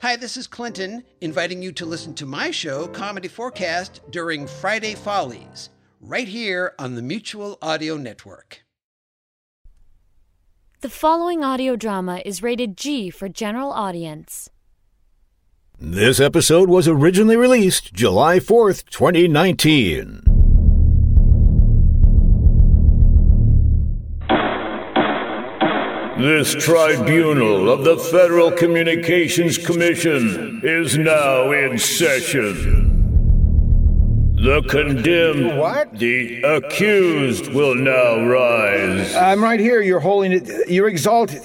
Hi, this is Clinton, inviting you to listen to my show, Comedy Forecast, during Friday Follies, right here on the Mutual Audio Network. The following audio drama is rated G for general audience. This episode was originally released July 4th, 2019. This tribunal of the Federal Communications Commission is now in session. The condemned, What? the accused, will now rise. I'm right here, Your Holiness. Your Exalted.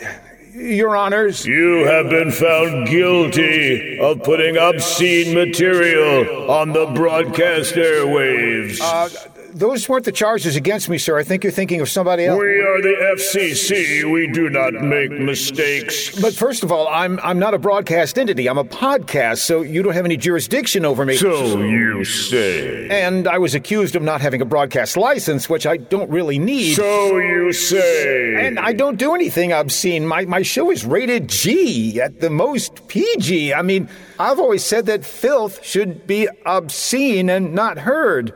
Your Honors. You have been found guilty of putting obscene material on the broadcast airwaves. Uh, Those weren't the charges against me, sir. I think you're thinking of somebody else. we are the FCC. We do not make mistakes. But first of all, I'm I'm not a broadcast entity. I'm a podcast, so you don't have any jurisdiction over me. So you say. and I was accused of not having a broadcast license, which I don't really need. So you say. and I don't do anything obscene. My my show is rated G, at the most PG. I mean, I've always said that filth should be obscene and not heard.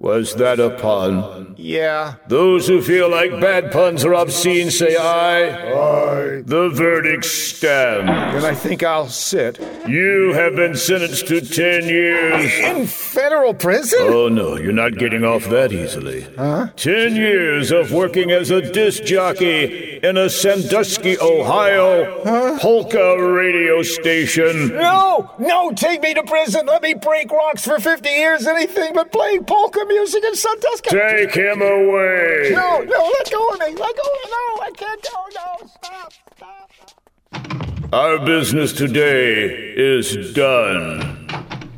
Was that a pun? Yeah. Those who feel like bad puns are obscene say aye. Aye. The verdict stands. Then I think I'll sit. You have been sentenced to ten years. In federal prison? Oh no, you're not getting off that easily. Huh? Ten years of working as a disc jockey in a Sandusky, Ohio polka radio station. No! No! Take me to prison! Let me break rocks for 50 years, anything but playing polka music in Sandusky! Take him away. No, no, let go of me! Let go of me! No, I can't go! No, stop! Stop! Our business today is done.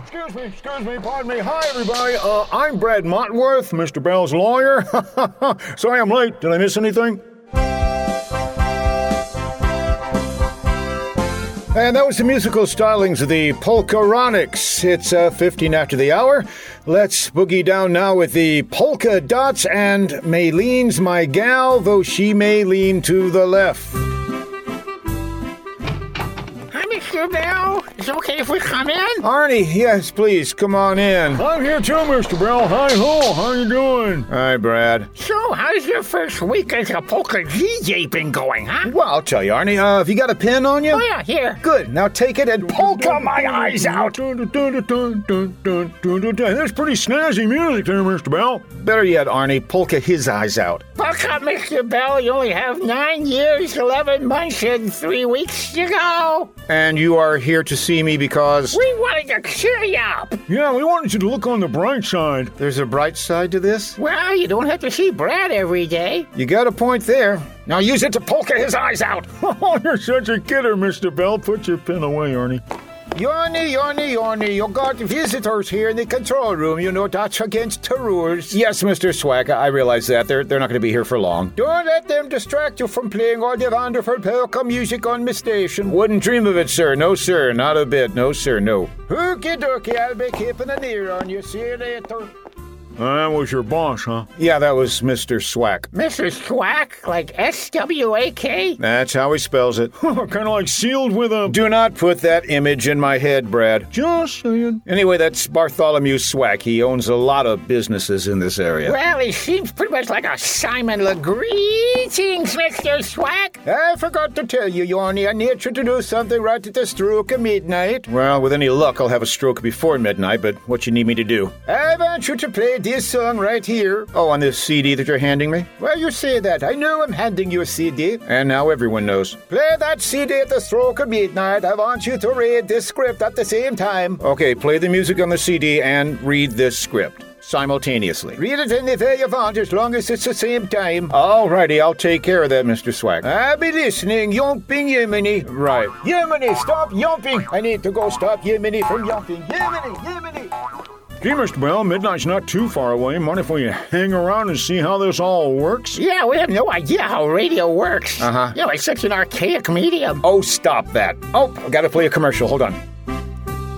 Excuse me, excuse me, pardon me. Hi, everybody. Uh, I'm Brad Motworth, Mr. Bell's lawyer. Sorry I'm late. Did I miss anything? And that was the musical stylings of the Polkaronics. It's uh, 15 after the hour. Let's boogie down now with the Polka Dots and Mayleen's My Gal, though she may lean to the left. Hi, Mr. Bell. Is it okay if we come in? Arnie, yes, please, come on in. I'm here too, Mr. Bell. Hi, ho. How you doing? Hi, Brad. So, how's your first week as a poker DJ been going, huh? Well, I'll tell you, Arnie. Uh, have you got a pen on you? Oh, yeah, here. Good. Now take it and polka my eyes out. That's pretty snazzy music there, Mr. Bell. Better yet, Arnie, polka his eyes out. Buck up, Mr. Bell. You only have nine years, 11 months, and three weeks to go. And you are here to see me because We wanted to cheer you up. Yeah, we wanted you to look on the bright side. there's a bright side to this. Well, you don't have to see Brad every day. You got a point there. Now use it to polka his eyes out. Oh, you're such a kidder, Mr. Bell. Put your pen away, Ernie. Yarny, yarny, yarny, you got visitors here in the control room. You know that's against the rules. Yes, Mr. Swagger, I realize that. They're, they're not going to be here for long. Don't let them distract you from playing all the wonderful polka music on my station. Wouldn't dream of it, sir. No, sir. Not a bit. No, sir. No. Hooky dokie, I'll be keeping an ear on you. See you later. That was your boss, huh? Yeah, that was Mr. Swack. Mr. Swack, like S W A K? That's how he spells it. kind of like sealed with a. Do not put that image in my head, Brad. Just saying. Anyway, that's Bartholomew Swack. He owns a lot of businesses in this area. Well, he seems pretty much like a Simon Le Greetings, Mr. Swack. I forgot to tell you, Yarny, I need you to do something right at the stroke of midnight. Well, with any luck, I'll have a stroke before midnight, but what you need me to do? I want you to play this song right here. Oh, on this CD that you're handing me? Well, you say that. I know I'm handing you a CD. And now everyone knows. Play that CD at the stroke of midnight. I want you to read this script at the same time. Okay, play the music on the CD and read this script simultaneously. Read it any way you want, as long as it's the same time. Alrighty, I'll take care of that, Mr. Swag. I'll be listening, yomping Yemeni. Right. Yemeni, stop yomping! I need to go stop Yemeni from yomping. Yemeni, Yemeni! Gee, Mr. Bell, midnight's not too far away. Mind if we hang around and see how this all works? Yeah, we have no idea how radio works. Uh-huh. You know, it's such an archaic medium. Oh, stop that. Oh, I gotta play a commercial. Hold on.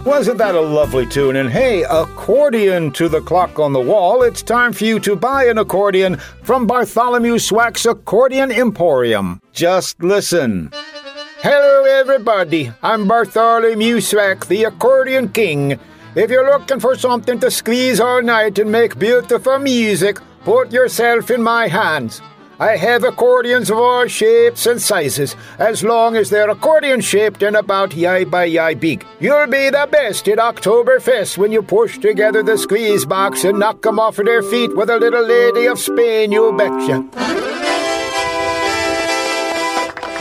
Wasn't that a lovely tune? And hey, accordion to the clock on the wall. It's time for you to buy an accordion from Bartholomew Swack's Accordion Emporium. Just listen. Hello, everybody. I'm Bartholomew Swack, the accordion king. If you're looking for something to squeeze all night and make beautiful music, put yourself in my hands. I have accordions of all shapes and sizes, as long as they're accordion shaped and about yai by yai big. You'll be the best at Oktoberfest when you push together the squeeze box and knock 'em off their feet with a little lady of Spain, you betcha.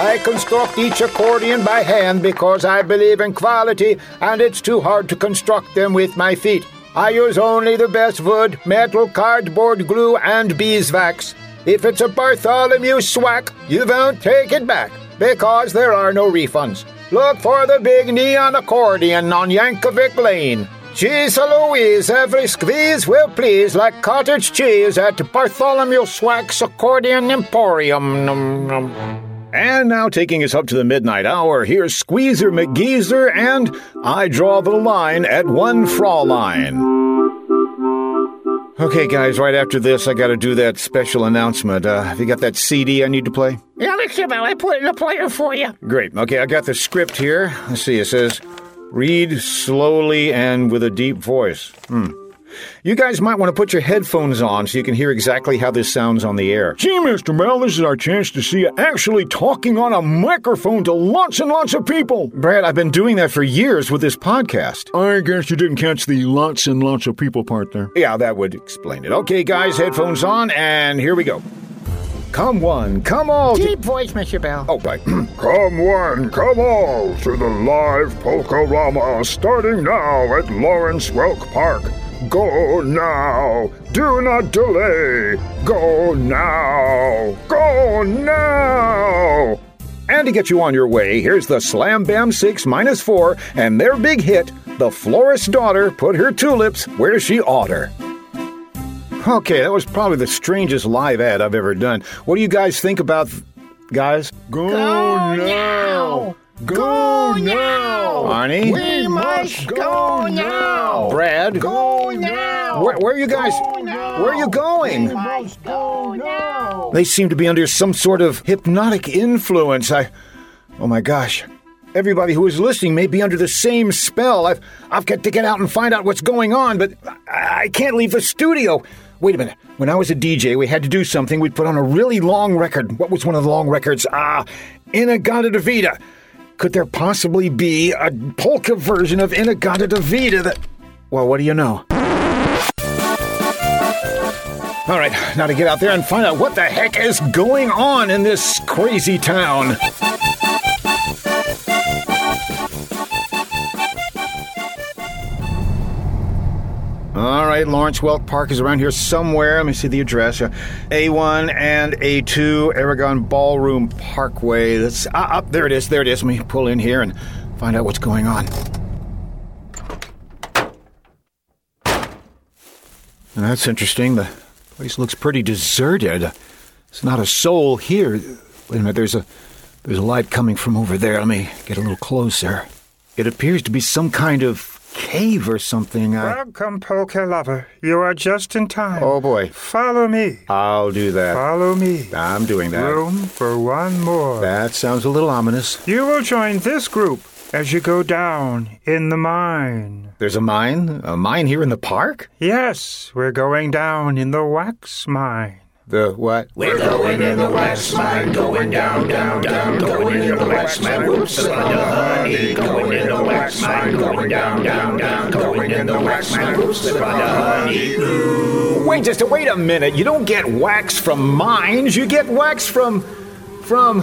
I construct each accordion by hand because I believe in quality and it's too hard to construct them with my feet. I use only the best wood, metal, cardboard, glue, and beeswax. If it's a Bartholomew swack, you won't take it back because there are no refunds. Look for the big neon accordion on Yankovic Lane. Jeez Louise, every squeeze will please like cottage cheese at Bartholomew Swack's Accordion Emporium. Nom, nom. And now, taking us up to the midnight hour, here's Squeezer McGeezer and I Draw the Line at One Fraulein. Okay, guys, right after this, I gotta do that special announcement. Uh, have you got that CD I need to play? Yeah, look, Jimbo, I put in a player for you. Great. Okay, I got the script here. Let's see, it says, read slowly and with a deep voice. Hmm. You guys might want to put your headphones on so you can hear exactly how this sounds on the air. Gee, Mr. Bell, this is our chance to see you actually talking on a microphone to lots and lots of people. Brad, I've been doing that for years with this podcast. I guess you didn't catch the lots and lots of people part there. Yeah, that would explain it. Okay, guys, headphones on, and here we go. Come one, come all. Deep voice, Mr. Bell. Oh, bye. Come one, come all to the live Polkarama starting now at Lawrence Welk Park. Go now. Do not delay. Go now. Go now. And to get you on your way, here's the Slam Bam 6 minus 4 and their big hit, The Florist's Daughter Put Her Tulips Where She Oughter. Okay, that was probably the strangest live ad I've ever done. What do you guys think about. th- Guys? Go, Go now. Go, now. Arnie? We must go now. Brad? Go now. Where, where are you guys? Go now. Where are you We going? must go now. They seem to be under some sort of hypnotic influence. I. Oh my gosh. Everybody who is listening may be under the same spell. I've, I've got to get out and find out what's going on, but I, I can't leave the studio. Wait a minute. When I was a DJ, we had to do something. We'd put on a really long record. What was one of the long records? Ah, Inagata de Vida. Could there possibly be a polka version of Inagata de Vida that. Well, what do you know? All right, now to get out there and find out what the heck is going on in this crazy town. All right, Lawrence Welk Park is around here somewhere. Let me see the address. Uh, A1 and A2, Aragon Ballroom Parkway. That's ah, up there. It is. There it is. Let me pull in here and find out what's going on. That's interesting. The place looks pretty deserted. There's not a soul here. Wait a minute. There's a there's a light coming from over there. Let me get a little closer. It appears to be some kind of cave or something. I- Welcome, Polka Lover. You are just in time. Oh boy. Follow me. I'll do that. Follow me. I'm doing that. Room for one more. That sounds a little ominous. You will join this group as you go down in the mine. There's a mine? A mine here in the park? Yes, we're going down in the wax mine. The what? We're going in the west mine, going down, down, down, going in the west mine, whoops, the honey, going in the west mine, going down, down, down, going in the west mine, whoops, the honey, Wait just wait a minute. You don't get wax from mines. You get wax from, from.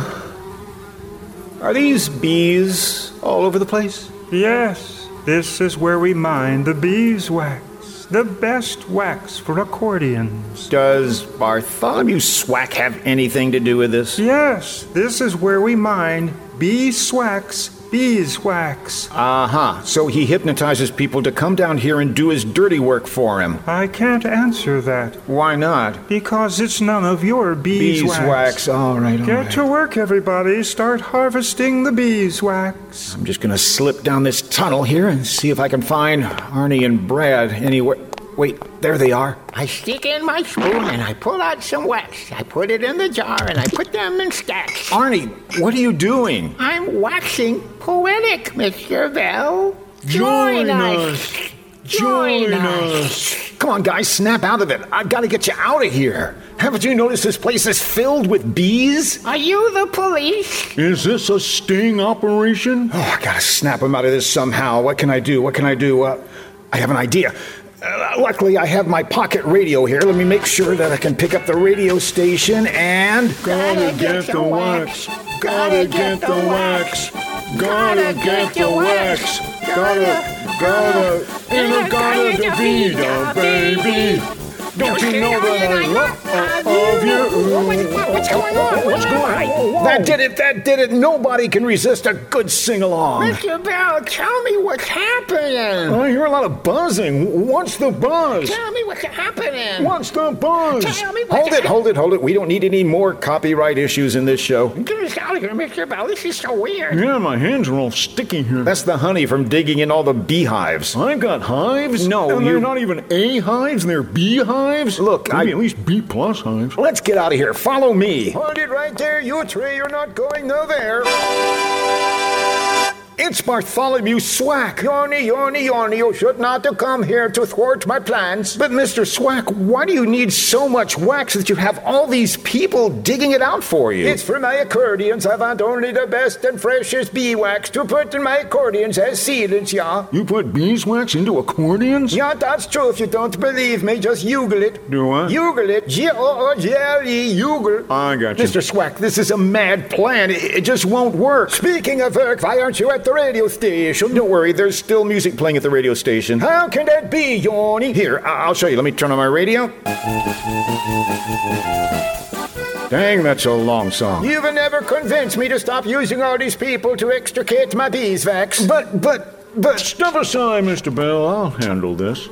Are these bees all over the place? Yes, this is where we mine the beeswax, the best wax for accordions. Does Bartholomew Swack have anything to do with this? Yes, this is where we mine beeswax, beeswax. Uh huh. So he hypnotizes people to come down here and do his dirty work for him. I can't answer that. Why not? Because it's none of your beeswax. Beeswax. All right, all Get to right. work, everybody. Start harvesting the beeswax. I'm just gonna slip down this tunnel here and see if I can find Arnie and Brad anywhere. Wait, there they are. I stick in my spoon and I pull out some wax. I put it in the jar and I put them in stacks. Arnie, what are you doing? I'm waxing poetic, Mr. Bell. Join us. Join us. Come on, guys, snap out of it. I've got to get you out of here. Haven't you noticed this place is filled with bees? Are you the police? Is this a sting operation? Oh, I gotta snap them out of this somehow. What can I do? What can I do? Uh, I have an idea. Uh, luckily, I have my pocket radio here. Let me make sure that I can pick up the radio station and. Gotta get the wax. Gotta get the wax. Gotta get the wax. Gotta, gotta, in a gotta de vida, baby. Don't you know that I love of you? What's going on? What's going on? That did it! That did it! Nobody can resist a good sing along. Mr. Bell, tell me what's happening. I hear a lot of buzzing. What's the buzz? Tell me what's happening. What's the buzz? Tell me what- Hold it, hold it, hold it. We don't need any more copyright issues in this show. Get us out of here, Mr. Bell. This is so weird. Yeah, my hands are all sticky here. That's the honey from digging in all the beehives. I've got hives. No, and you- they're not even A hives. They're B hives. Look, maybe I- at least B plus hives. Let's get out of here. Follow me. Hold it right there, you three. You're not going nowhere. It's Bartholomew Swack. Yoni, Yoni, Yoni, you should not have come here to thwart my plans. But Mr. Swack, why do you need so much wax that you have all these people digging it out for you? It's for my accordions. I want only the best and freshest bee wax to put in my accordions as sealants, yeah. You put beeswax into accordions? Yeah, that's true. If you don't believe me, just Google it. Do what? Google it. G-O-O-G-L-E, Google. I got you. Mr. E, Swack, this is a mad plan. It, it just won't work. Speaking of work, why aren't you at the radio station? Don't worry, there's still music playing at the radio station. How can that be, Yoni? Here, I- I'll show you. Let me turn on my radio. Dang, that's a Oh, long song. You've never convinced me to stop using all these people to extricate my beeswax. But, but, but. Step aside, Mr. Bell. I'll handle this.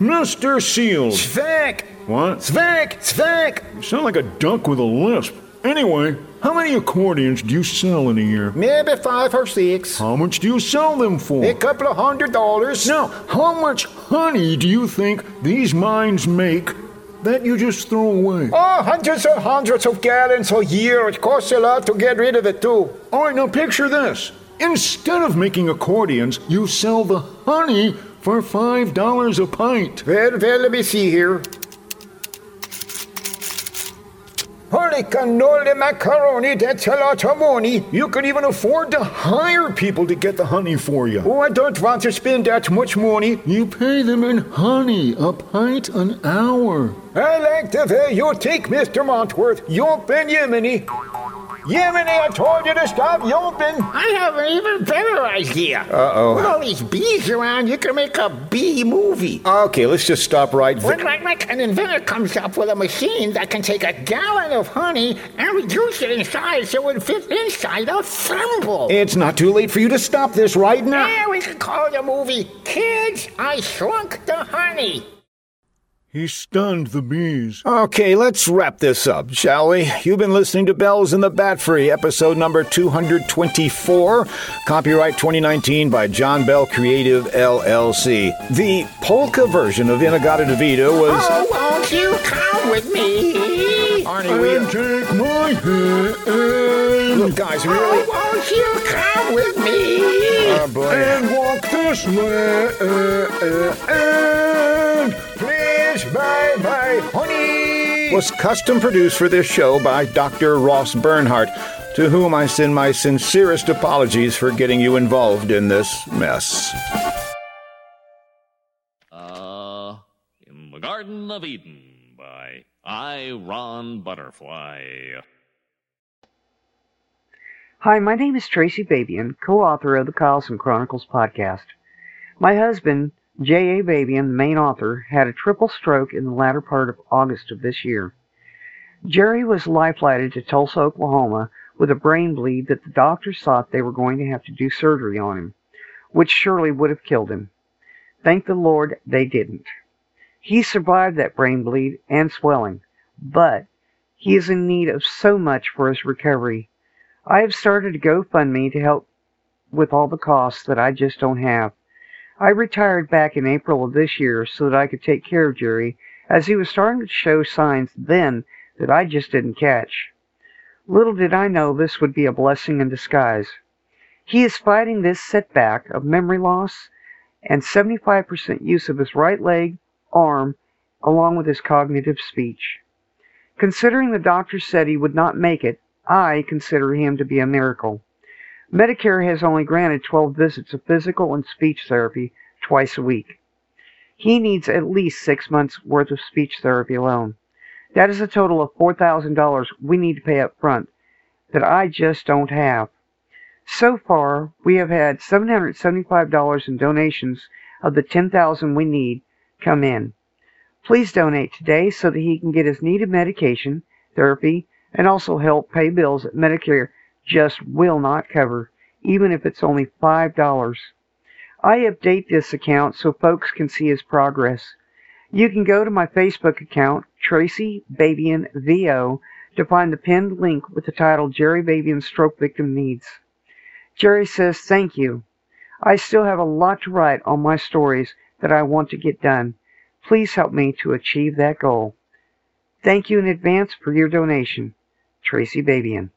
Mr. Seals. Svek! What? Svek! Svek! You sound like a duck with a lisp. Anyway, how many accordions do you sell in a year? Maybe five or six. How much do you sell them for? A couple of hundred dollars. Now, how much honey do you think these mines make that you just throw away? Oh, hundreds and hundreds of gallons a year. It costs a lot to get rid of it, too. All right, now picture this. Instead of making accordions, you sell the honey for $5 a pint. Well, well, let me see here. Holy cannoli macaroni, that's a lot of money. You can even afford to hire people to get the honey for you. Oh, I don't want to spend that much money. You pay them in honey, a pint an hour. I like the way you take, Mr. Montworth. You've been Yemeni. Yemeni, I told you to stop yelping. I have an even better idea. Uh-oh. With all these bees around, you can make a bee movie. Okay, let's just stop right there. When like, like an inventor comes up with a machine that can take a gallon of honey and reduce it in size so it fits inside a thimble. It's not too late for you to stop this right now. yeah, we could call the movie Kids, I Shrunk the Honey. He stunned the bees. Okay, let's wrap this up, shall we? You've been listening to Bells in the Bat Free, episode number 224, copyright 2019 by John Bell Creative LLC. The polka version of Inagata DeVita was. Oh, won't you come with me? Arnie, we- And take my hand Look, guys, we Oh, really. won't you come with me? Oh, boy. and walk this land. Please buy my honey. was custom produced for this show by Dr. Ross Bernhardt, to whom I send my sincerest apologies for getting you involved in this mess. Uh, in the Garden of Eden by I. Ron Butterfly. Hi, my name is Tracy Babian, co author of the Carlson Chronicles podcast. My husband, J.A. Babian, the main author, had a triple stroke in the latter part of August of this year. Jerry was lifelighted to Tulsa, Oklahoma, with a brain bleed that the doctors thought they were going to have to do surgery on him, which surely would have killed him. Thank the Lord they didn't. He survived that brain bleed and swelling, but he is in need of so much for his recovery I have started a GoFundMe to help with all the costs that I just don't have. I retired back in April of this year so that I could take care of Jerry, as he was starting to show signs then that I just didn't catch. Little did I know this would be a blessing in disguise. He is fighting this setback of memory loss and 75% use of his right leg, arm, along with his cognitive speech. Considering the doctor said he would not make it, I consider him to be a miracle. Medicare has only granted 12 visits of physical and speech therapy twice a week. He needs at least six months' worth of speech therapy alone. That is a total of $4,000 we need to pay up front that I just don't have. So far, we have had $775 in donations of the 10000 we need come in. Please donate today so that he can get his needed medication, therapy, and also help pay bills that Medicare just will not cover, even if it's only $5. I update this account so folks can see his progress. You can go to my Facebook account, Tracy Babian VO, to find the pinned link with the title Jerry Babian Stroke Victim Needs. Jerry says, Thank you. I still have a lot to write on my stories that I want to get done. Please help me to achieve that goal. Thank you in advance for your donation. Tracy Babian.